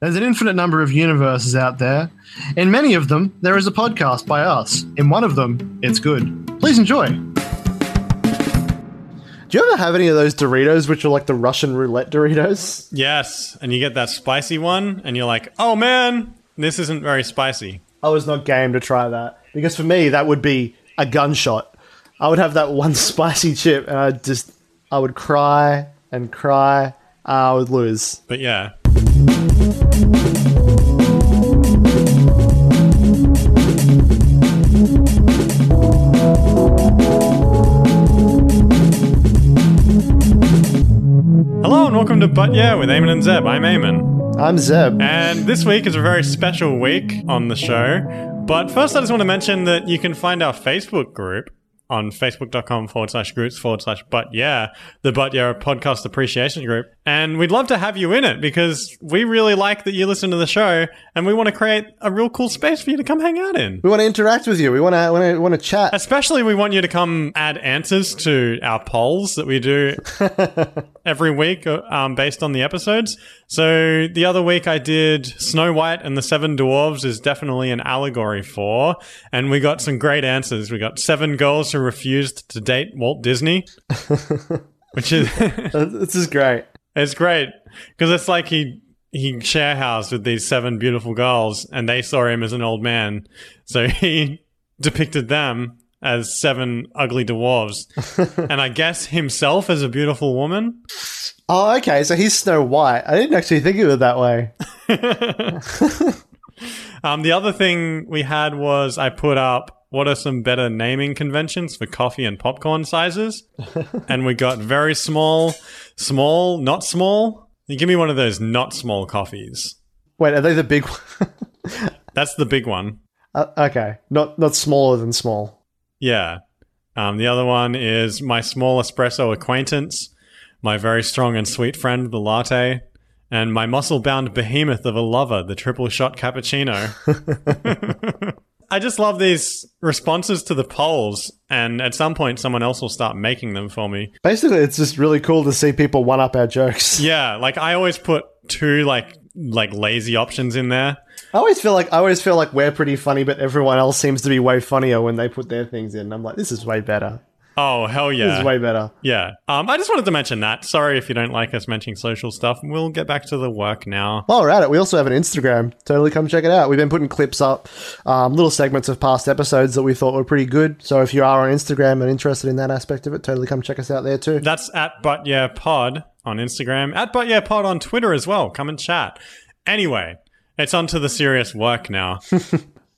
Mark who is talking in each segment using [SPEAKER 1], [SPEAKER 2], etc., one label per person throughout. [SPEAKER 1] There's an infinite number of universes out there. In many of them, there is a podcast by us. In one of them, it's good. Please enjoy.
[SPEAKER 2] Do you ever have any of those Doritos which are like the Russian roulette Doritos?
[SPEAKER 3] Yes, and you get that spicy one, and you're like, oh man, this isn't very spicy.
[SPEAKER 2] I was not game to try that because for me that would be a gunshot. I would have that one spicy chip and I just I would cry and cry. Ah, I would lose.
[SPEAKER 3] But yeah. Hello and welcome to But Yeah with Eamon and Zeb. I'm Eamon.
[SPEAKER 2] I'm Zeb.
[SPEAKER 3] And this week is a very special week on the show. But first, I just want to mention that you can find our Facebook group on facebook.com forward slash groups forward slash but yeah, the But Yeah podcast appreciation group. And we'd love to have you in it because we really like that you listen to the show and we want to create a real cool space for you to come hang out in.
[SPEAKER 2] We want to interact with you. We want to want to want to chat.
[SPEAKER 3] Especially, we want you to come add answers to our polls that we do every week uh, um, based on the episodes. So, the other week I did Snow White and the Seven Dwarves is definitely an allegory for, and we got some great answers. We got seven girls who refused to date Walt Disney, which is
[SPEAKER 2] This is great.
[SPEAKER 3] it's great because it's like he. He share housed with these seven beautiful girls, and they saw him as an old man. So he depicted them as seven ugly dwarves, and I guess himself as a beautiful woman.
[SPEAKER 2] Oh, okay. So he's Snow White. I didn't actually think of it that way.
[SPEAKER 3] Um, the other thing we had was I put up what are some better naming conventions for coffee and popcorn sizes, and we got very small, small, not small. You give me one of those not small coffees.
[SPEAKER 2] Wait, are they the big? one?
[SPEAKER 3] That's the big one.
[SPEAKER 2] uh, okay, not not smaller than small.
[SPEAKER 3] Yeah. Um, the other one is my small espresso acquaintance, my very strong and sweet friend, the latte, and my muscle bound behemoth of a lover, the triple shot cappuccino. I just love these responses to the polls, and at some point, someone else will start making them for me.
[SPEAKER 2] Basically, it's just really cool to see people one up our jokes.
[SPEAKER 3] Yeah, like I always put two like like lazy options in there.
[SPEAKER 2] I always feel like I always feel like we're pretty funny, but everyone else seems to be way funnier when they put their things in. I'm like, this is way better.
[SPEAKER 3] Oh hell yeah!
[SPEAKER 2] This is way better.
[SPEAKER 3] Yeah. Um, I just wanted to mention that. Sorry if you don't like us mentioning social stuff. We'll get back to the work now.
[SPEAKER 2] While we're at it, we also have an Instagram. Totally come check it out. We've been putting clips up, um, little segments of past episodes that we thought were pretty good. So if you are on Instagram and interested in that aspect of it, totally come check us out there too.
[SPEAKER 3] That's at But Yeah Pod on Instagram, at But Yeah Pod on Twitter as well. Come and chat. Anyway, it's on to the serious work now.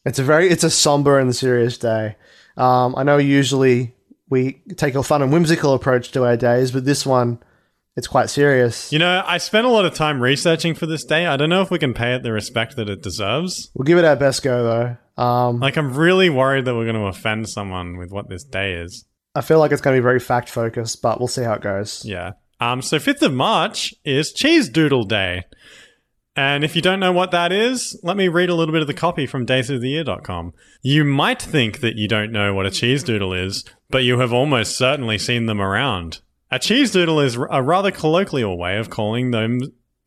[SPEAKER 2] It's a very it's a somber and serious day. Um, I know usually we take a fun and whimsical approach to our days, but this one it's quite serious.
[SPEAKER 3] you know, I spent a lot of time researching for this day. I don't know if we can pay it the respect that it deserves.
[SPEAKER 2] We'll give it our best go though. Um,
[SPEAKER 3] Like, I'm really worried that we're going to offend someone with what this day is.
[SPEAKER 2] I feel like it's going to be very fact focused, but we'll see how it goes.
[SPEAKER 3] Yeah. Um, so 5th of March is Cheese Doodle Day. And if you don't know what that is, let me read a little bit of the copy from daysoftheyear.com. You might think that you don't know what a cheese doodle is, but you have almost certainly seen them around. A cheese doodle is a rather colloquial way of calling them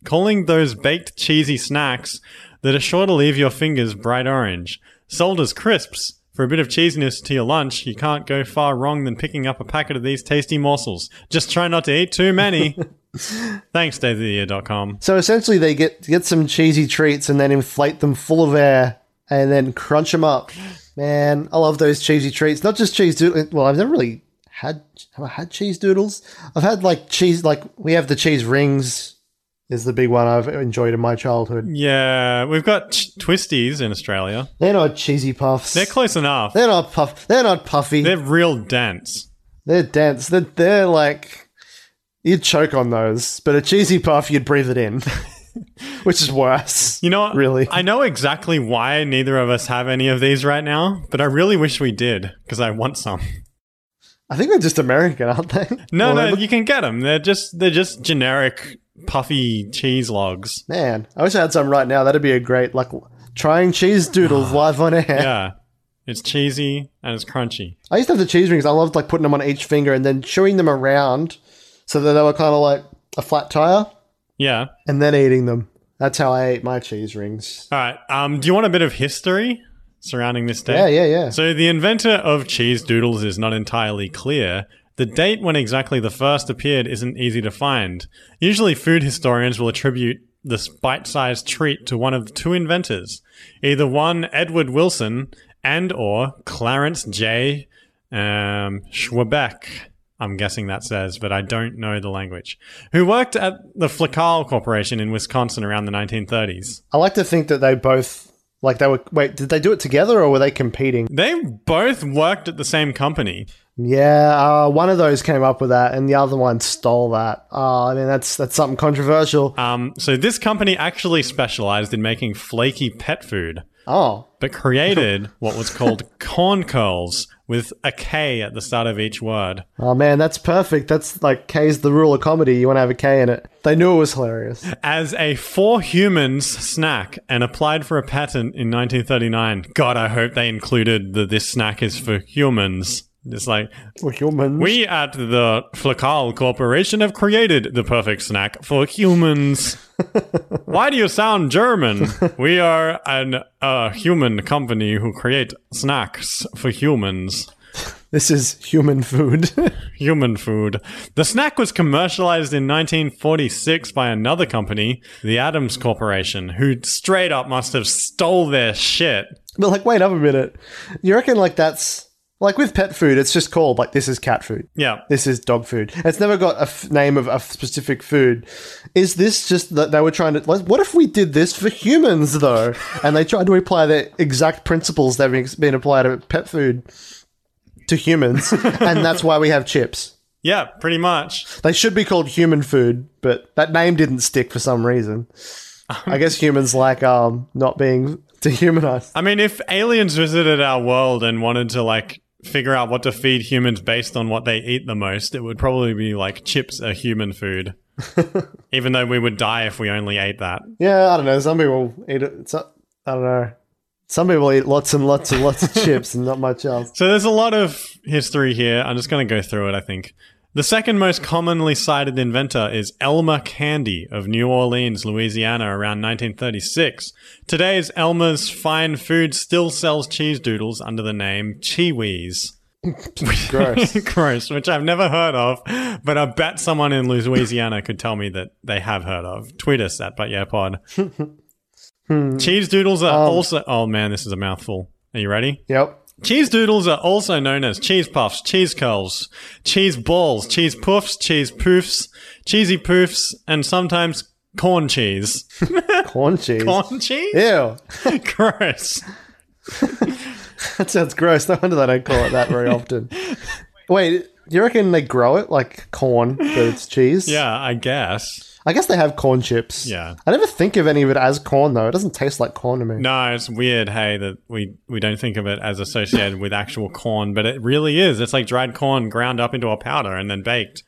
[SPEAKER 3] calling those baked cheesy snacks that are sure to leave your fingers bright orange. Sold as crisps, for a bit of cheesiness to your lunch, you can't go far wrong than picking up a packet of these tasty morsels. Just try not to eat too many. Thanks, daysoftheyear.com.
[SPEAKER 2] So essentially, they get get some cheesy treats and then inflate them full of air and then crunch them up. Man, I love those cheesy treats. Not just cheese doodles. Well, I've never really had have I had cheese doodles. I've had like cheese like we have the cheese rings is the big one I've enjoyed in my childhood.
[SPEAKER 3] Yeah, we've got ch- twisties in Australia.
[SPEAKER 2] They're not cheesy puffs.
[SPEAKER 3] They're close enough.
[SPEAKER 2] They're not puff. They're not puffy.
[SPEAKER 3] They're
[SPEAKER 2] They're,
[SPEAKER 3] real dense.
[SPEAKER 2] dense. They're, they're like you'd choke on those, but a cheesy puff you'd breathe it in, which is worse.
[SPEAKER 3] You know, what?
[SPEAKER 2] Really?
[SPEAKER 3] I know exactly why neither of us have any of these right now, but I really wish we did because I want some.
[SPEAKER 2] I think they're just American, aren't they?
[SPEAKER 3] No,
[SPEAKER 2] Well, they
[SPEAKER 3] no,
[SPEAKER 2] look-
[SPEAKER 3] you can get them. They're just they're just generic puffy cheese logs.
[SPEAKER 2] Man, I wish I had some right now. That'd be a great like trying cheese doodles live on air.
[SPEAKER 3] Yeah, it's cheesy and it's crunchy.
[SPEAKER 2] I used to have the cheese rings. I loved like putting them on each finger and then chewing them around so that they were kind of like a flat tire
[SPEAKER 3] Yeah,
[SPEAKER 2] and then eating them. That's how I ate my cheese rings.
[SPEAKER 3] All right. Um, do you want a bit of history surrounding this day?
[SPEAKER 2] Yeah, yeah, yeah.
[SPEAKER 3] So the inventor of cheese doodles is not entirely clear. The date when exactly the first appeared isn't easy to find. Usually food historians will attribute this bite-sized treat to one of two inventors, either one Edward Wilson and or Clarence J. Um, Schwebeck. I'm guessing that says, but I don't know the language. Who worked at the Flical Corporation in Wisconsin around the 1930s.
[SPEAKER 2] I like to think that they both like they were. Wait, did they do it together or were they competing?
[SPEAKER 3] They both worked at the same company.
[SPEAKER 2] Yeah, uh, one of those came up with that, and the other one stole that. Oh, I mean that's that's something controversial.
[SPEAKER 3] Um, so this company actually specialized in making flaky pet food,
[SPEAKER 2] Oh,
[SPEAKER 3] but created what was called corn curls with a K at the start of each word.
[SPEAKER 2] oh man, that's perfect. That's like K's the rule of comedy. You want to have a K in it. They knew it was hilarious.
[SPEAKER 3] As a for humans snack and applied for a patent in 1939. God, I hope they included that this snack is for humans. It's like,
[SPEAKER 2] We're humans.
[SPEAKER 3] we at the Flacal Corporation have created the perfect snack for humans. Why do you sound German? We are an uh, human company who create snacks for humans.
[SPEAKER 2] this is human food.
[SPEAKER 3] Human food. The snack was commercialized in 1946 by another company, the Adams Corporation, who straight up must have stole their shit.
[SPEAKER 2] but like, wait up a minute. You reckon like that's like with pet food? It's just called like this is cat food.
[SPEAKER 3] Yeah.
[SPEAKER 2] This is dog food. It's never got a f- name of a f- specific food. Is this just that they were trying to? Like, what if we did this for humans though, and they tried to apply the exact principles that have been applied to pet food to humans, and that's why we have chips.
[SPEAKER 3] Yeah, pretty much.
[SPEAKER 2] They should be called human food, but that name didn't stick for some reason. I guess humans like um not being dehumanized.
[SPEAKER 3] I mean, if aliens visited our world and wanted to like figure out what to feed humans based on what they eat the most, it would probably be like chips are human food. Even though we would die if we only ate that.
[SPEAKER 2] Yeah, I don't know. Some people eat it. It's, not- I don't know. Some people eat lots and lots and lots of chips and not much else.
[SPEAKER 3] So there's a lot of history here. I'm just going to go through it, I think. The second most commonly cited inventor is Elmer Candy of New Orleans, Louisiana, around 1936. Today's Elmer's Fine Food still sells cheese doodles under the name Cheewees.
[SPEAKER 2] Gross.
[SPEAKER 3] Gross, which I've never heard of, but I bet someone in Louisiana could tell me that they have heard of. Tweet us at But Yeah Pod. Cheese doodles are also. Oh man, this is a mouthful. Are you ready?
[SPEAKER 2] Yep.
[SPEAKER 3] Cheese doodles are also known as cheese puffs, cheese curls, cheese balls, cheese puffs, cheese poofs, cheesy poofs, and sometimes corn cheese.
[SPEAKER 2] Corn cheese.
[SPEAKER 3] Corn cheese?
[SPEAKER 2] Ew.
[SPEAKER 3] Gross.
[SPEAKER 2] That sounds gross. No wonder they don't call it that very often. Wait, you reckon they grow it like corn, but it's cheese?
[SPEAKER 3] Yeah, I guess.
[SPEAKER 2] I guess they have corn chips.
[SPEAKER 3] Yeah.
[SPEAKER 2] I never think of any of it as corn, though. It doesn't taste like corn to me.
[SPEAKER 3] No, it's weird, hey, that we, we don't think of it as associated with actual corn, but it really is. It's like dried corn ground up into a powder and then baked.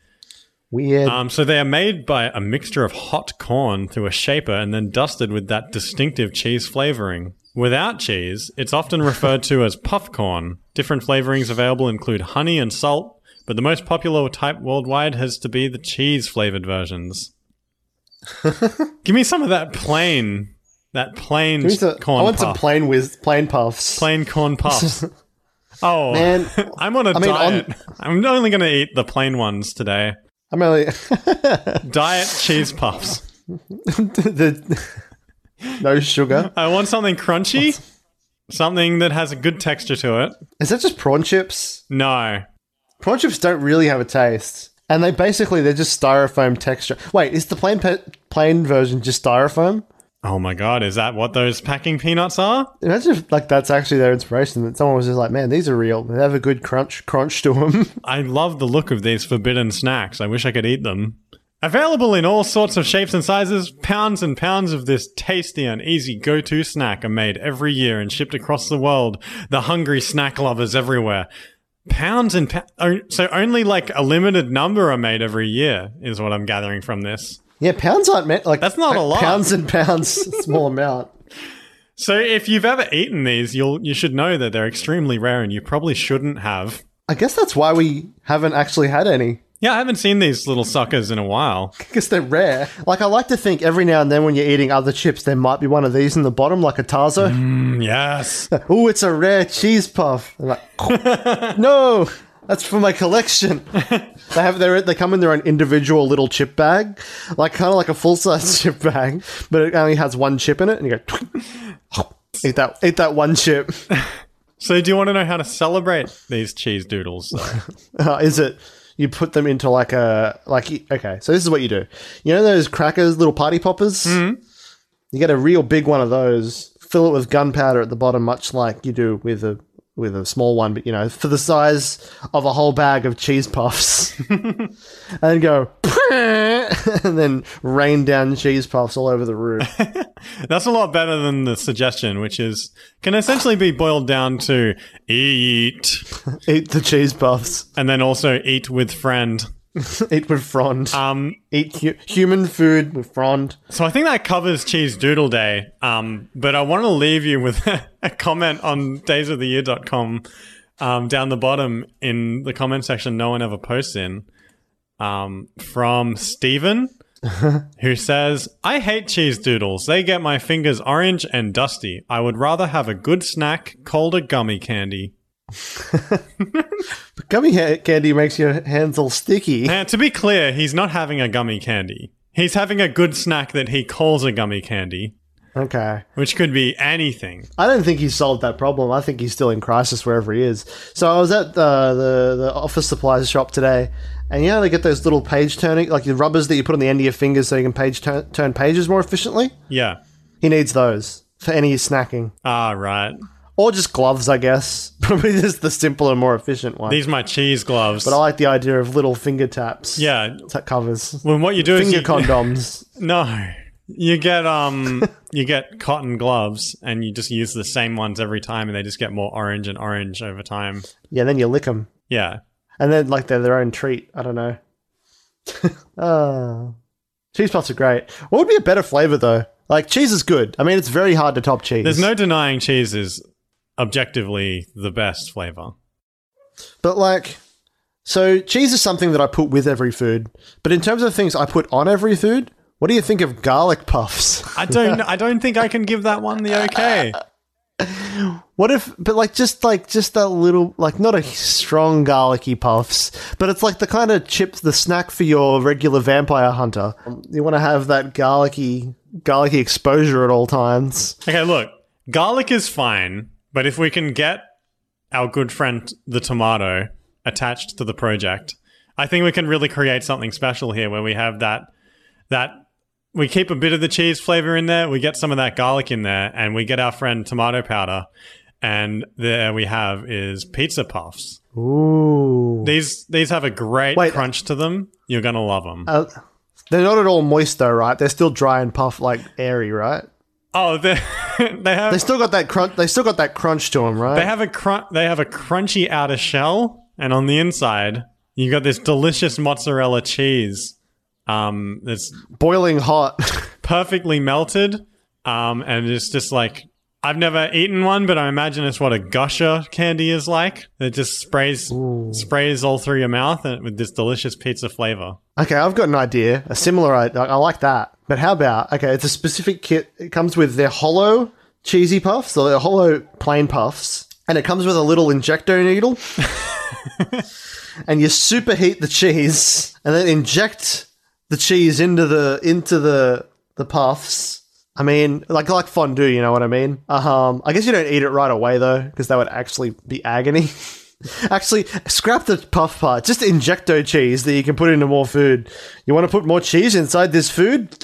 [SPEAKER 2] Weird.
[SPEAKER 3] Um, so they are made by a mixture of hot corn through a shaper and then dusted with that distinctive cheese flavoring. Without cheese, it's often referred to as puff corn. Different flavorings available include honey and salt, but the most popular type worldwide has to be the cheese flavored versions. Give me some of that plain, that plain
[SPEAKER 2] Give me some-
[SPEAKER 3] corn
[SPEAKER 2] I want some
[SPEAKER 3] puff,
[SPEAKER 2] plain with plain puffs.
[SPEAKER 3] plain corn puffs. oh,
[SPEAKER 2] Man,
[SPEAKER 3] I'm on a
[SPEAKER 2] I mean, on-
[SPEAKER 3] diet. I'm only going to eat the plain ones today.
[SPEAKER 2] I'm really
[SPEAKER 3] Diet cheese puffs.
[SPEAKER 2] the no sugar.
[SPEAKER 3] I want something crunchy, something that has a good texture to it.
[SPEAKER 2] Is that just prawn chips?
[SPEAKER 3] No,
[SPEAKER 2] Prawn chips don't really have a taste, and they basically they're just styrofoam texture. Wait, is the plain pe- plain version just styrofoam?
[SPEAKER 3] oh my god, is that what those packing peanuts are?
[SPEAKER 2] Imagine if like that's actually their inspiration. That someone was just like, "Man, these are real. They have a good crunch crunch to them."
[SPEAKER 3] I love the look of these forbidden snacks. I wish I could eat them. Available in all sorts of shapes and sizes, pounds and pounds of this tasty and easy go to snack are made every year and shipped across the world. The hungry snack lovers everywhere. Pounds and pa- oh, so only like a limited number are made every year, is what I'm gathering from this.
[SPEAKER 2] yeah, pounds aren't meant like
[SPEAKER 3] That's not a lot.
[SPEAKER 2] Pounds and pounds, small amount.
[SPEAKER 3] So if you've ever eaten these, you'll you should know that they're extremely rare and you probably shouldn't have.
[SPEAKER 2] I guess that's why we haven't actually had any.
[SPEAKER 3] Yeah, I haven't seen these little suckers in a while.
[SPEAKER 2] because they're rare. Like I like to think every now and then when you're eating other chips, there might be one of these in the bottom, like a Tarzo.
[SPEAKER 3] Mm, yes.
[SPEAKER 2] Oh, it's a rare cheese puff. I'm like, no, that's for my collection. they have their they come in their own individual little chip bag, like kind of like a full size chip bag, but it only has one chip in it, and you go. Eat that, eat that one chip.
[SPEAKER 3] So, do you want to know how to celebrate these cheese doodles? though?
[SPEAKER 2] Uh, is it you put them into like a like? you- Okay, so this is what you do. You know those crackers, little party poppers. You get a real big one of those. Fill it with gunpowder at the bottom, much like you do with a with a small one, but you know, for the size of a whole bag of cheese puffs, and then go. and then rain down cheese puffs all over the room.
[SPEAKER 3] That's a lot better than the suggestion, which is can essentially be boiled down to eat
[SPEAKER 2] Eat the cheese puffs.
[SPEAKER 3] and then also eat with friend.
[SPEAKER 2] Eat with frond.
[SPEAKER 3] Um,
[SPEAKER 2] Eat hu- human food with frond.
[SPEAKER 3] So I think that covers Cheese Doodle Day. Um, but I want to leave you with a comment on daysoftheyear.com um, down the bottom in the comment section no one ever posts in um, from Steven, who says, I hate cheese doodles. They get my fingers orange and dusty. I would rather have a good snack, colder gummy candy.
[SPEAKER 2] Gummy ha- candy makes your hands all sticky.
[SPEAKER 3] Now, to be clear, he's not having a gummy candy. He's having a good snack that he calls a gummy candy,
[SPEAKER 2] Okay.
[SPEAKER 3] which could be anything.
[SPEAKER 2] I don't think he's solved that problem. I think he's still in crisis wherever he is. So I was at the the, the office supplies shop today, and you know they get those little page turning, like the rubbers that you put on the end of your fingers so you can page turn, turn pages more efficiently.
[SPEAKER 3] Yeah.
[SPEAKER 2] He needs those for any snacking,
[SPEAKER 3] Ah, right.
[SPEAKER 2] or just gloves, I guess. Probably just the simpler, more efficient one.
[SPEAKER 3] These are my cheese gloves.
[SPEAKER 2] but I like the idea of little finger taps.
[SPEAKER 3] yeah.
[SPEAKER 2] that covers
[SPEAKER 3] Well, what you do is
[SPEAKER 2] finger
[SPEAKER 3] you,
[SPEAKER 2] condoms.
[SPEAKER 3] no, you get um, you get cotton gloves, and you just use the same ones every time, and they just get more orange and orange over time.
[SPEAKER 2] yeah, then you lick them,
[SPEAKER 3] Yeah.
[SPEAKER 2] and then like they're their own treat. I don't know. Oh. Cheese puffs are great. What would be a better flavor though? Like cheese is good. I mean, it's very hard to top cheese.
[SPEAKER 3] There's no denying cheese is objectively the best flavor.
[SPEAKER 2] but like, so cheese is something that I put with every food. But in terms of things I put on every food, what do you think of garlic puffs?
[SPEAKER 3] I don't. I don't think I can give that one the okay.
[SPEAKER 2] What if, but like, just like, just that little, like, not a strong garlicky puffs, but it's like the kind of chips, the snack for your regular vampire hunter. You want to have that garlicky, garlicky exposure at all times.
[SPEAKER 3] Okay, look, garlic is fine, but if we can get our good friend the tomato attached to the project, I think we can really create something special here where we have that that we keep a bit of the cheese flavor in there, we get some of that garlic in there, and we get our friend tomato powder, and there we have is pizza puffs.
[SPEAKER 2] Ooh.
[SPEAKER 3] These these have a great
[SPEAKER 2] Wait.
[SPEAKER 3] crunch to them. You're gonna love them.
[SPEAKER 2] Uh, they're not at all moist though, right? They're still dry and puff, like airy, right?
[SPEAKER 3] oh, they they have
[SPEAKER 2] They still got that crunch. They still got that crunch to them, right?
[SPEAKER 3] They have a crun- they have a crunchy outer shell, and on the inside, you got this delicious mozzarella cheese. Um, that's
[SPEAKER 2] Boiling hot.
[SPEAKER 3] perfectly melted. Um, and it's just like I've never eaten one, but I imagine it's what a gusher candy is like. It just sprays sprays all through your mouth and with this delicious pizza flavor.
[SPEAKER 2] okay, I've got an idea. A similar. I, I like that. But how about okay? It's a specific kit. It comes with their hollow cheesy puffs, so they're hollow plain puffs, and it comes with a little injecto needle. and you superheat the cheese, and then inject the cheese into the into the the puffs. I mean, like like fondue, you know what I mean? Um, I guess you don't eat it right away though, because that would actually be agony. actually, scrap the puff part. Just injecto cheese that you can put into more food. You want to put more cheese inside this food?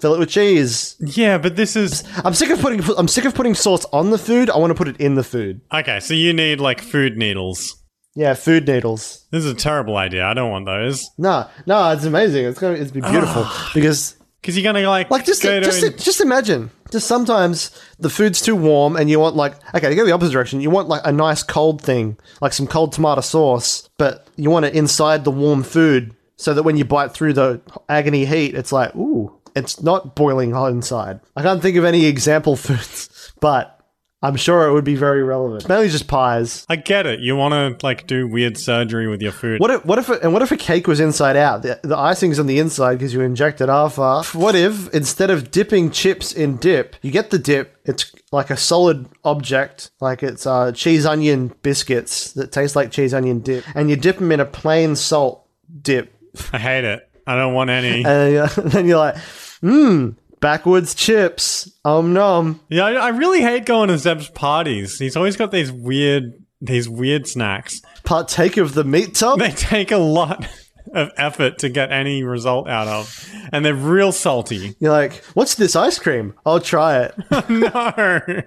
[SPEAKER 2] Fill it with cheese.
[SPEAKER 3] Yeah, but this is
[SPEAKER 2] I'm sick of putting I'm sick of putting sauce on the food. I want to put it in the food.
[SPEAKER 3] okay. So you need like food needles.
[SPEAKER 2] Yeah, food needles.
[SPEAKER 3] This is a terrible idea. I don't want those
[SPEAKER 2] No, no, it's amazing. It's gonna it's be beautiful because
[SPEAKER 3] because you're gonna like
[SPEAKER 2] like just
[SPEAKER 3] go to
[SPEAKER 2] just just imagine. Just sometimes the food's too warm and you want like okay, to go the opposite direction, you want like a nice cold thing, like some cold tomato sauce, but you want it inside the warm food so that when you bite through the agony heat, it's like ooh, it's not boiling hot inside. I can't think of any example foods, but I'm sure it would be very relevant. Mainly just pies.
[SPEAKER 3] I get it. You want to like do weird surgery with your food.
[SPEAKER 2] What if, what if it, and what if a cake was inside out? The, the icing's on the inside because you injected alpha. What if instead of dipping chips in dip, you get the dip? It's like a solid object, like it's uh, cheese onion biscuits that taste like cheese onion dip, and you dip them in a plain salt dip,
[SPEAKER 3] I hate it. I don't want any.
[SPEAKER 2] and then you're, then you're like, mmm, backwoods chips, um nom.
[SPEAKER 3] yeah, I, I really hate going to Zeb's parties. He's always got these weird, these weird snacks.
[SPEAKER 2] Partake of the meat tub.
[SPEAKER 3] They take a lot of effort to get any result out of, and they're real salty.
[SPEAKER 2] You're like, what's this ice cream? I'll try it.
[SPEAKER 3] no.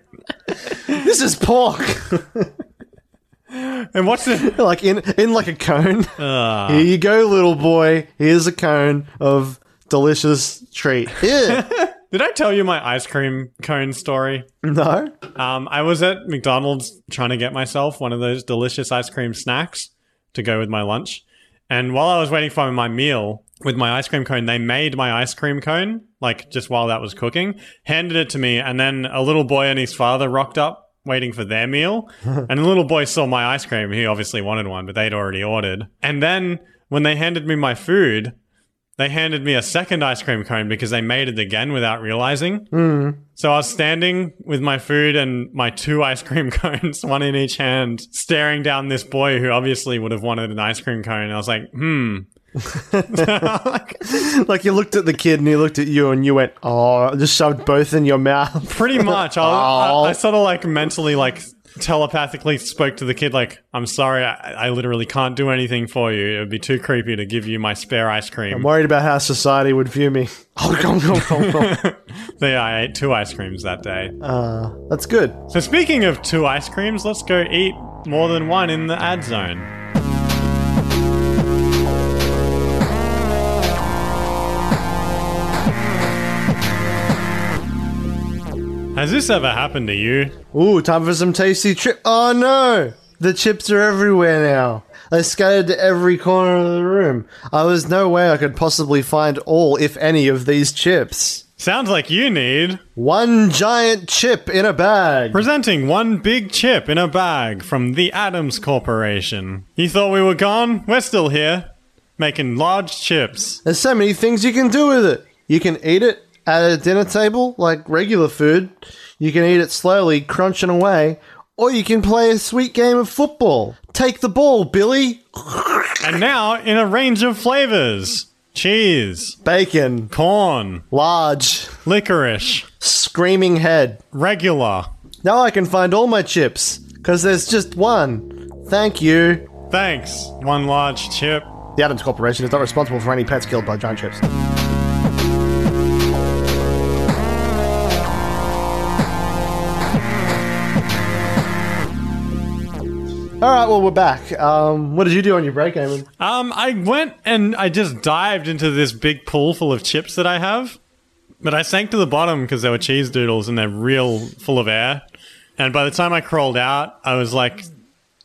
[SPEAKER 2] this is pork.
[SPEAKER 3] And what's the?
[SPEAKER 2] like in in like a cone.
[SPEAKER 3] Uh,
[SPEAKER 2] Here you go, little boy. Here's a cone of delicious treat. Yeah.
[SPEAKER 3] did I tell you my ice cream cone story?
[SPEAKER 2] no.
[SPEAKER 3] Um, I was at McDonald's trying to get myself one of those delicious ice cream snacks to go with my lunch. And while I was waiting for my meal with my ice cream cone, they made my ice cream cone, like just while that was cooking, handed it to me. And then a little boy and his father rocked up waiting for their meal. and the little boy saw my ice cream. He obviously wanted one, but they'd already ordered. And then when they handed me my food, they handed me a second ice cream cone because they made it again without realizing. So I was standing with my food and my two ice cream cones, one in each hand, staring down this boy who obviously would have wanted an ice cream cone. I was like, hmm.
[SPEAKER 2] Like you looked at the kid and he looked at you and you went, oh, just shoved both in your mouth.
[SPEAKER 3] Pretty much. I,
[SPEAKER 2] Aw.
[SPEAKER 3] I, I sort of like mentally, like telepathically spoke to the kid, like, I'm sorry, I, I literally can't do anything for you. It would be too creepy to give you my spare ice
[SPEAKER 2] I'm
[SPEAKER 3] cream.
[SPEAKER 2] worried about how society would view me. Oh, go, go, go, go.
[SPEAKER 3] So yeah, I ate two ice creams that day.
[SPEAKER 2] Uh, that's good.
[SPEAKER 3] So speaking of two ice creams, let's go eat more than one in the ad zone. Has this ever happened to you?
[SPEAKER 2] Ooh, time for some tasty chip. Oh no! The chips are everywhere now. They scattered to every corner of the room. I was no way I could possibly find all, if any, of these chips.
[SPEAKER 3] Sounds like you need
[SPEAKER 2] One giant chip in a bag.
[SPEAKER 3] presenting one big chip in a bag from the Adams Corporation. You thought we were gone? We're still here, making large chips.
[SPEAKER 2] There's so many things you can do with it. You can eat it at a dinner table, like regular food. You can eat it slowly, crunching away. Or you can play a sweet game of football. Take the ball, Billy.
[SPEAKER 3] And now in a range of flavors cheese,
[SPEAKER 2] Bacon.
[SPEAKER 3] corn,
[SPEAKER 2] Large.
[SPEAKER 3] licorice,
[SPEAKER 2] Screaming head.
[SPEAKER 3] regular.
[SPEAKER 2] Now I can find all my chips, because there's just one. Thank you.
[SPEAKER 3] Thanks. One large chip.
[SPEAKER 2] The Adams Corporation is not responsible for any pets killed by giant chips. All right, well, we're back. Um, what did you do on your break, Eamon?
[SPEAKER 3] Um, I went and I just dived into this big pool full of chips that I have, but I sank to the bottom because they were cheese doodles and they're real full of air. And by the time I crawled out, I was like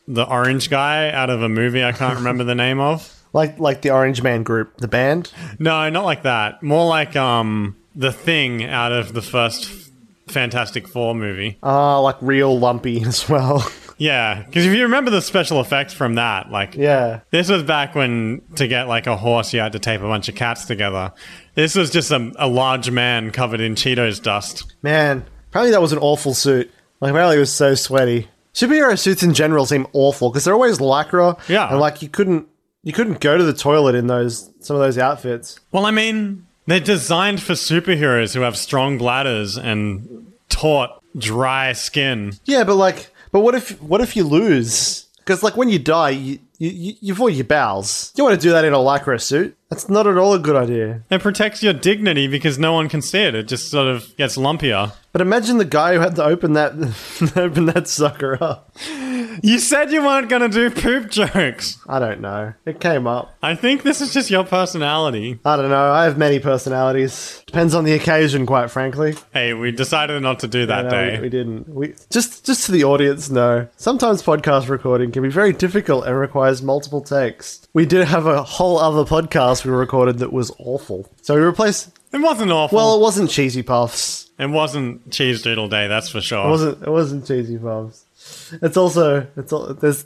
[SPEAKER 3] the orange guy out of a movie I can't remember the name of.
[SPEAKER 2] Like, like the Orange Man group, the band?
[SPEAKER 3] No, not like that. More like um the thing out of the first Fantastic Four movie.
[SPEAKER 2] Uh, like real lumpy as well.
[SPEAKER 3] Yeah, because if you remember the special effects from that, like
[SPEAKER 2] yeah.
[SPEAKER 3] This was back when to get like a horse, you had to tape a bunch of cats together. This was just a, a large man covered in Cheetos dust.
[SPEAKER 2] Man, apparently that was an awful suit. Like, apparently it was so sweaty. Superhero suits in general seem awful because they're always lycra.
[SPEAKER 3] Yeah.
[SPEAKER 2] and like you couldn't you couldn't go to the toilet in those some of those outfits.
[SPEAKER 3] Well, I mean, they're designed for superheroes who have strong bladders and taut, dry skin.
[SPEAKER 2] Yeah, but like, but what if what if you lose? Because like when you die, you you you- you void your bowels. You want to do that in a lycra suit? That's not at all a good idea.
[SPEAKER 3] It protects your dignity because no one can see it. It just sort of gets lumpier.
[SPEAKER 2] But imagine the guy who had to open that open that sucker up.
[SPEAKER 3] You said you weren't going to do poop jokes.
[SPEAKER 2] I don't know. It came up.
[SPEAKER 3] I think this is just your personality.
[SPEAKER 2] I don't know. I have many personalities. Depends on the occasion, quite frankly.
[SPEAKER 3] Hey, we decided not to do that
[SPEAKER 2] No,
[SPEAKER 3] day.
[SPEAKER 2] We, we didn't. We just just to the audience know. Sometimes podcast recording can be very difficult and requires multiple takes. We did have a whole other podcast we recorded that was awful. So we replaced
[SPEAKER 3] It wasn't awful.
[SPEAKER 2] Well, it wasn't cheesy puffs.
[SPEAKER 3] it wasn't Cheese Doodle Day, that's for sure.
[SPEAKER 2] It wasn't. It wasn't cheesy puffs. It's also. It's all. There's.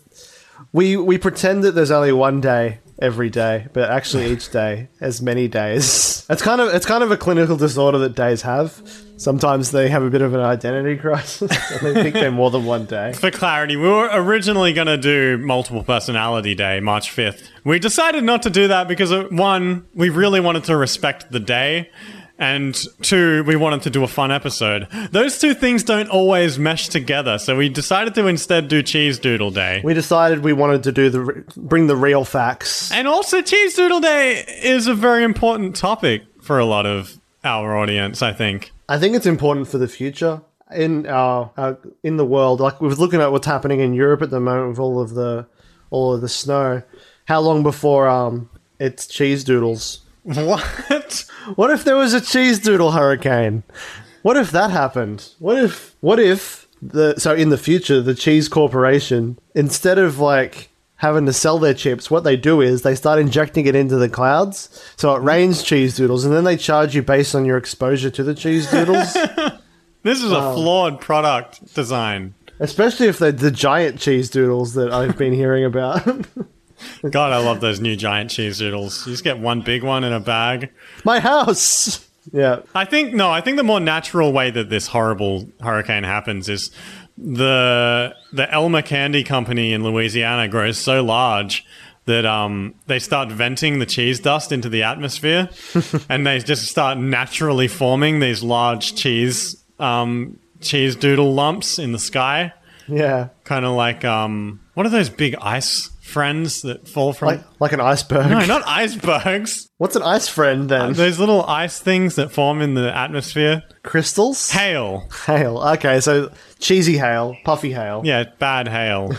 [SPEAKER 2] We we pretend that there's only one day every day, but actually each day has many days. It's kind of it's kind of a clinical disorder that days have. Sometimes they have a bit of an identity crisis. and they think they're more than one day.
[SPEAKER 3] For clarity, we were originally going to do Multiple Personality Day, March 5th. We decided not to do that because, uh, one, we really wanted to respect the day, and two, we wanted to do a fun episode. Those two things don't always mesh together, so we decided to instead do Cheese Doodle Day.
[SPEAKER 2] We decided we wanted to do the re- bring the real facts.
[SPEAKER 3] And also, Cheese Doodle Day is a very important topic for a lot of our audience, I think.
[SPEAKER 2] I think it's important for the future in our, our in the world. Like we were looking at what's happening in Europe at the moment with all of the all of the snow. How long before um it's cheese doodles?
[SPEAKER 3] What?
[SPEAKER 2] What if there was a cheese doodle hurricane? What if that happened? What if what if the so in the future the cheese corporation instead of like having to sell their chips what they do is they start injecting it into the clouds so it rains cheese doodles and then they charge you based on your exposure to the cheese doodles
[SPEAKER 3] This is a flawed product design.
[SPEAKER 2] Especially if they're the giant cheese doodles that I've been hearing about.
[SPEAKER 3] God, I love those new giant cheese doodles. You just get one big one in a bag.
[SPEAKER 2] My house! Yeah.
[SPEAKER 3] I think no, I think the more natural way that this horrible hurricane happens is the the Elmer Candy Company in Louisiana grows so large that um, they start venting the cheese dust into the atmosphere, and they just start naturally forming these large cheese um, cheese doodle lumps in the sky,
[SPEAKER 2] Yeah.
[SPEAKER 3] kind of like um, what are those big ice friends that fall from?
[SPEAKER 2] Like, like an iceberg.
[SPEAKER 3] no, Uh, not icebergs.
[SPEAKER 2] What's an ice friend then?
[SPEAKER 3] Those little ice things that form in the atmosphere.
[SPEAKER 2] Crystals?
[SPEAKER 3] Hail.
[SPEAKER 2] Hail. Okay, so cheesy hail, puffy hail.
[SPEAKER 3] Yeah, bad hail.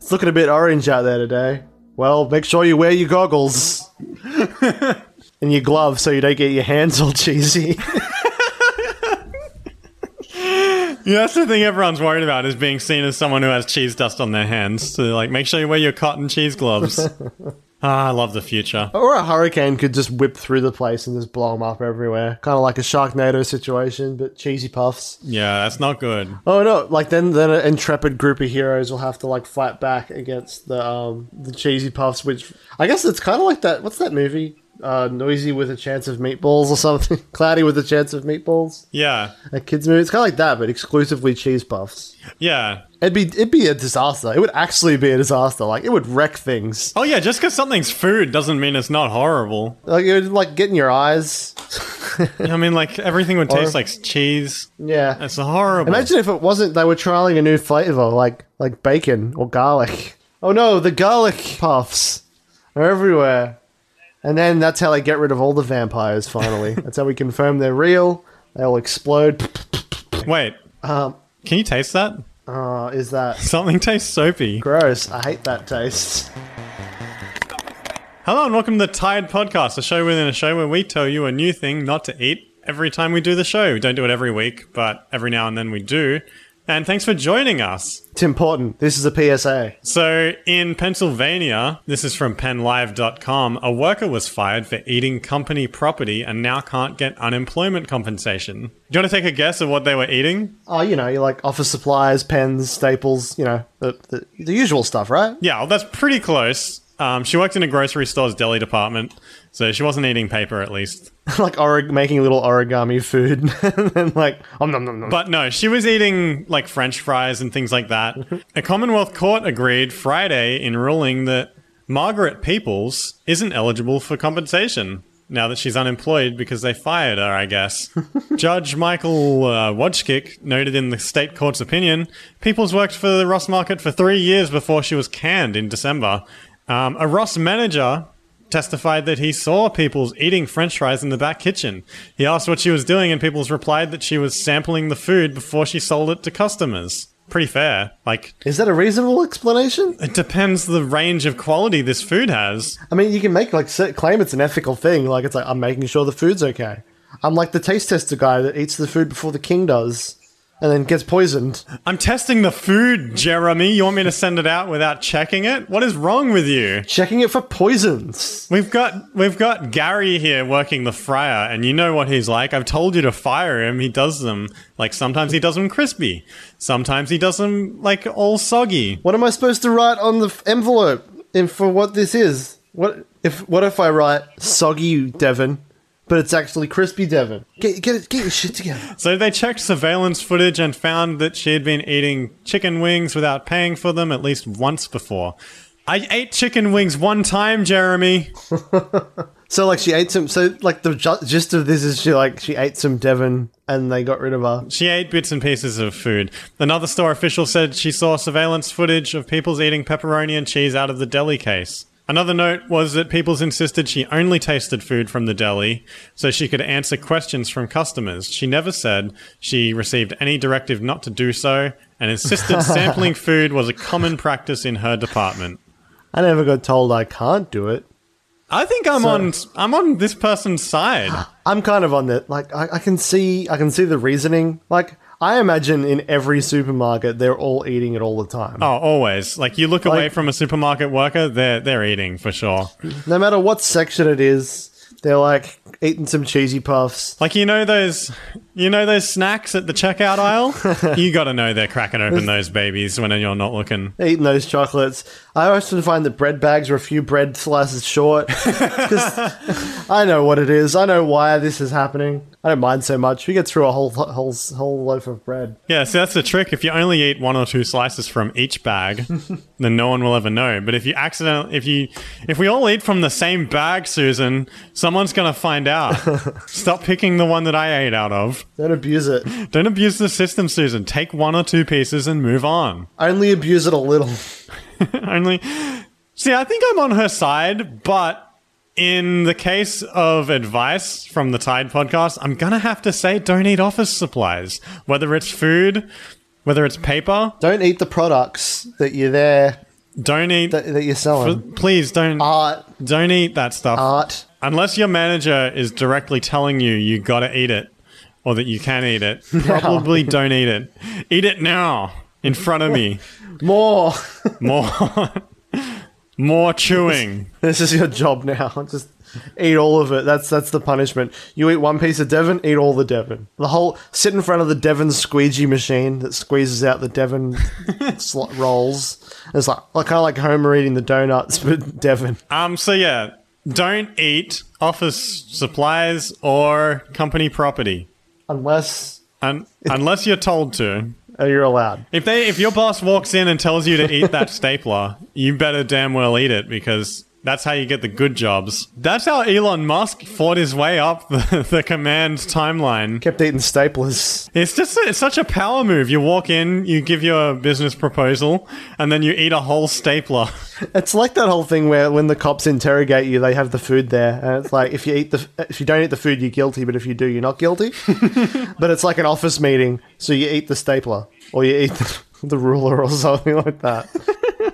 [SPEAKER 2] It's looking a bit orange out there today. Well, make sure you wear your goggles and your gloves so you don't get your hands all cheesy.
[SPEAKER 3] yeah, that's the thing everyone's worried about is being seen as someone who has cheese dust on their hands. So like, make sure you wear your cotton cheese gloves. ah, I love the future.
[SPEAKER 2] or a hurricane could just whip through the place and just blow them up everywhere. Kind of like a Sharknado situation, but cheesy puffs.
[SPEAKER 3] Yeah, that's not good.
[SPEAKER 2] Oh no! Like then, then an intrepid group of heroes will have to like fight back against the um the cheesy puffs. Which I guess it's kind of like that. What's that movie? Uh, noisy with a chance of meatballs or something. Cloudy with a chance of meatballs.
[SPEAKER 3] Yeah,
[SPEAKER 2] A kids movie. It's kind of like that, but exclusively cheese puffs.
[SPEAKER 3] yeah.
[SPEAKER 2] It'd be it'd be a disaster. It would actually be a disaster. Like it would wreck things.
[SPEAKER 3] Oh yeah, just because something's food doesn't mean it's not horrible.
[SPEAKER 2] Like it would like get in your eyes.
[SPEAKER 3] I mean, like everything would taste like cheese.
[SPEAKER 2] yeah.
[SPEAKER 3] That's horrible.
[SPEAKER 2] Imagine if it wasn't they were trialing a new flavor like like bacon or garlic. Oh no, the garlic puffs are everywhere. And then that's how they get rid of all the vampires finally. that's how we confirm they're real. They all explode.
[SPEAKER 3] Wait. can you taste that?
[SPEAKER 2] Oh, is that
[SPEAKER 3] Something tastes soapy.
[SPEAKER 2] gross? I hate that taste.
[SPEAKER 3] Hello and welcome to the Tired Podcast, a show within a show where we tell you a new thing not to eat every time we do the show. We don't do it every week, but every now and then we do. And thanks for joining us.
[SPEAKER 2] It's important. This is a PSA.
[SPEAKER 3] So, in Pennsylvania, this is from penlive.com, a worker was fired for eating company property and now can't get unemployment compensation. Do you want to take a guess of what they were eating?
[SPEAKER 2] Oh, you know, you like office supplies, pens, staples, you know, the, the, the usual stuff, right?
[SPEAKER 3] Yeah, well, that's pretty close. Um, she worked in a grocery store's deli department, so she wasn't eating paper at least.
[SPEAKER 2] like orig- making little origami food and then like om nom nom nom.
[SPEAKER 3] But no, she was eating like French fries and things like that. a Commonwealth court agreed Friday in ruling that Margaret Peoples isn't eligible for compensation now that she's unemployed because they fired her, I guess. Judge Michael uh, Wojcik noted in the state court's opinion Peoples worked for the Ross market for three years before she was canned in December. Um, a Ross manager testified that he saw Peoples eating french fries in the back kitchen. He asked what she was doing, and Peoples replied that she was sampling the food before she sold it to customers. Pretty fair. Like,
[SPEAKER 2] Is that a reasonable explanation?
[SPEAKER 3] it depends the range of quality this food has.
[SPEAKER 2] I mean, you can make like sit- claim it's an ethical thing. Like it's like I'm making sure the food's okay. I'm like the taste tester guy that eats the food before the king does. and then gets poisoned.
[SPEAKER 3] I'm testing the food, Jeremy. You want me to send it out without checking it? What is wrong with you?
[SPEAKER 2] Checking it for poisons.
[SPEAKER 3] We've got we've got Gary here working the fryer, and you know what he's like. I've told you to fire him. He does them like sometimes he does them crispy, sometimes he does them like all soggy.
[SPEAKER 2] What am I supposed to write on the f- envelope? And for what this is? What if what if I write soggy Devon, but it's actually crispy Devon? Get get it, get your shit together.
[SPEAKER 3] So they checked surveillance footage and found that she had been eating chicken wings without paying for them at least once before. I ate chicken wings one time, Jeremy.
[SPEAKER 2] So like she ate some. So like the ju- gist of this is she like she ate some Devon and they got rid of her.
[SPEAKER 3] She ate bits and pieces of food. Another store official said she saw surveillance footage of people's eating pepperoni and cheese out of the deli case. Another note was that people's insisted she only tasted food from the deli so she could answer questions from customers. She never said she received any directive not to do so and insisted sampling food was a common practice in her department.
[SPEAKER 2] I never got told I can't do it.
[SPEAKER 3] I think I'm on I'm on this person's side.
[SPEAKER 2] I'm kind of on that. Like I, I can see I can see the reasoning. Like I imagine in every supermarket they're all eating it all the time.
[SPEAKER 3] Oh, always. Like you look away
[SPEAKER 2] Like-
[SPEAKER 3] from a supermarket worker, they're they're eating for sure.
[SPEAKER 2] No matter what section it is, they're like eating some cheesy puffs.
[SPEAKER 3] Like you know those, you know those snacks at the checkout aisle. you got to know they're cracking open those babies when you're not looking.
[SPEAKER 2] They're eating those chocolates. I often find that bread bags are a few bread slices short. 'Cause I know what it is. I know why this is happening. I don't mind so much. We get through a whole whole whole loaf of bread.
[SPEAKER 3] Yeah, so that's the trick. If you only eat one or two slices from each bag, then no one will ever know. But if you accidentally, if you, if we all eat from the same bag, Susan, someone's gonna find out. Stop picking the one that I ate out of.
[SPEAKER 2] Don't abuse it.
[SPEAKER 3] Don't abuse the system, Susan. Take one or two pieces and move on.
[SPEAKER 2] Only abuse it a little.
[SPEAKER 3] only see i think i'm on her side but in the case of advice from the tide podcast i'm gonna have to say don't eat office supplies whether it's food whether it's paper
[SPEAKER 2] Don't eat the products that you're there
[SPEAKER 3] don't eat
[SPEAKER 2] that, uh, that you're selling.
[SPEAKER 3] please don't
[SPEAKER 2] Art,
[SPEAKER 3] don't eat that stuff
[SPEAKER 2] art.
[SPEAKER 3] unless your manager is directly telling you you gotta eat it or that you can eat it probably don't eat it eat it now in front of me
[SPEAKER 2] More.
[SPEAKER 3] more more chewing
[SPEAKER 2] This is your job now. Just eat all of it. That's that's the punishment. You eat one piece of Devon, eat all the Devon. The whole sit in front of the Devon squeegee machine that squeezes out the Devon sl- rolls. It's like kind of like Homer eating the donuts, but Devon.
[SPEAKER 3] Um. So yeah, don't eat office supplies or company property
[SPEAKER 2] Unless
[SPEAKER 3] un- unless you're told to.
[SPEAKER 2] uh, you're allowed.
[SPEAKER 3] If they if your boss walks in and tells you to eat that stapler, you better damn well eat it because that's how you get the good jobs. That's how Elon Musk fought his way up the, the command timeline.
[SPEAKER 2] Kept eating staplers.
[SPEAKER 3] It's just it's such a power move. You walk in, you give your business proposal, and then you eat a whole stapler.
[SPEAKER 2] It's like that whole thing where when the cops interrogate you, they have the food there, and it's like if you eat the if you don't eat the food, you're guilty, but if you do, you're not guilty. but it's like an office meeting, so you eat the stapler or you eat the, the ruler or something like that.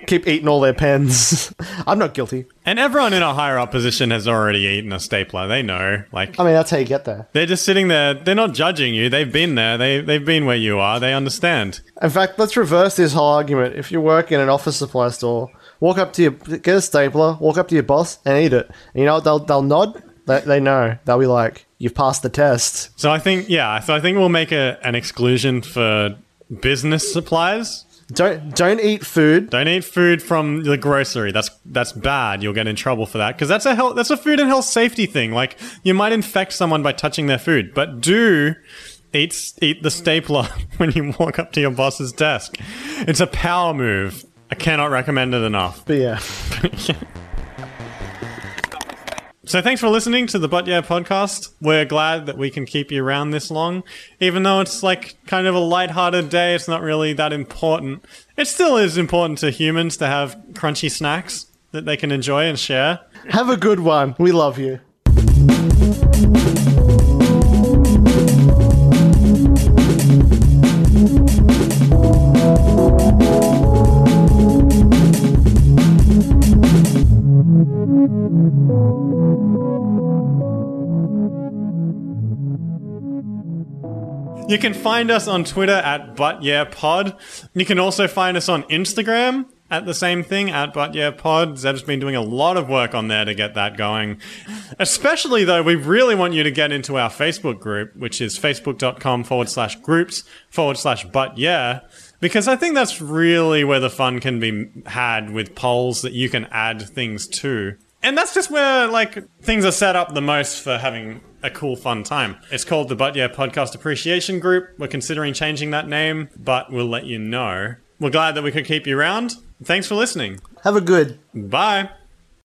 [SPEAKER 2] Keep eating all their pens. I'm not guilty.
[SPEAKER 3] And everyone in a higher up position has already eaten a stapler. They know. Like
[SPEAKER 2] I mean, that's how you get there.
[SPEAKER 3] They're just sitting there. They're not judging you. They've been there. They they've been where you are. They understand.
[SPEAKER 2] In fact, let's reverse this whole argument. If you work in an office supply store, walk up to your get a stapler, walk up to your boss, and eat it. And you know what? They'll they'll nod. They, they know. They'll be like, "You've passed the test."
[SPEAKER 3] So I think yeah. So I think we'll make a, an exclusion for business supplies.
[SPEAKER 2] Don't don't eat food.
[SPEAKER 3] Don't eat food from the grocery. That's that's bad. You'll get in trouble for that because that's a health that's a food and health safety thing. Like you might infect someone by touching their food, but do. Eat, eat the stapler when you walk up to your boss's desk. It's a power move. I cannot recommend it enough.
[SPEAKER 2] But yeah,
[SPEAKER 3] So thanks for listening to the But Yeah podcast. We're glad that we can keep you around this long. Even though it's like kind of a lighthearted day, it's not really that important. It still is important to humans to have crunchy snacks that they can enjoy and share.
[SPEAKER 2] have a good one. We love you.
[SPEAKER 3] You can find us on Twitter at But Yeah Pod. You can also find us on Instagram at the same thing at But Yeah Pod. Zeb's been doing a lot of work on there to get that going. Especially though, we really want you to get into our Facebook group, which is facebook.com forward slash groups forward slash But Yeah. Because I think that's really where the fun can be had with polls that you can add things to. And that's just where like things are set up the most for having a cool, fun time. It's called the But Yeah Podcast Appreciation Group. We're considering changing that name, but we'll let you know. We're glad that we could keep you around. Thanks for listening.
[SPEAKER 2] Have a good
[SPEAKER 3] Bye.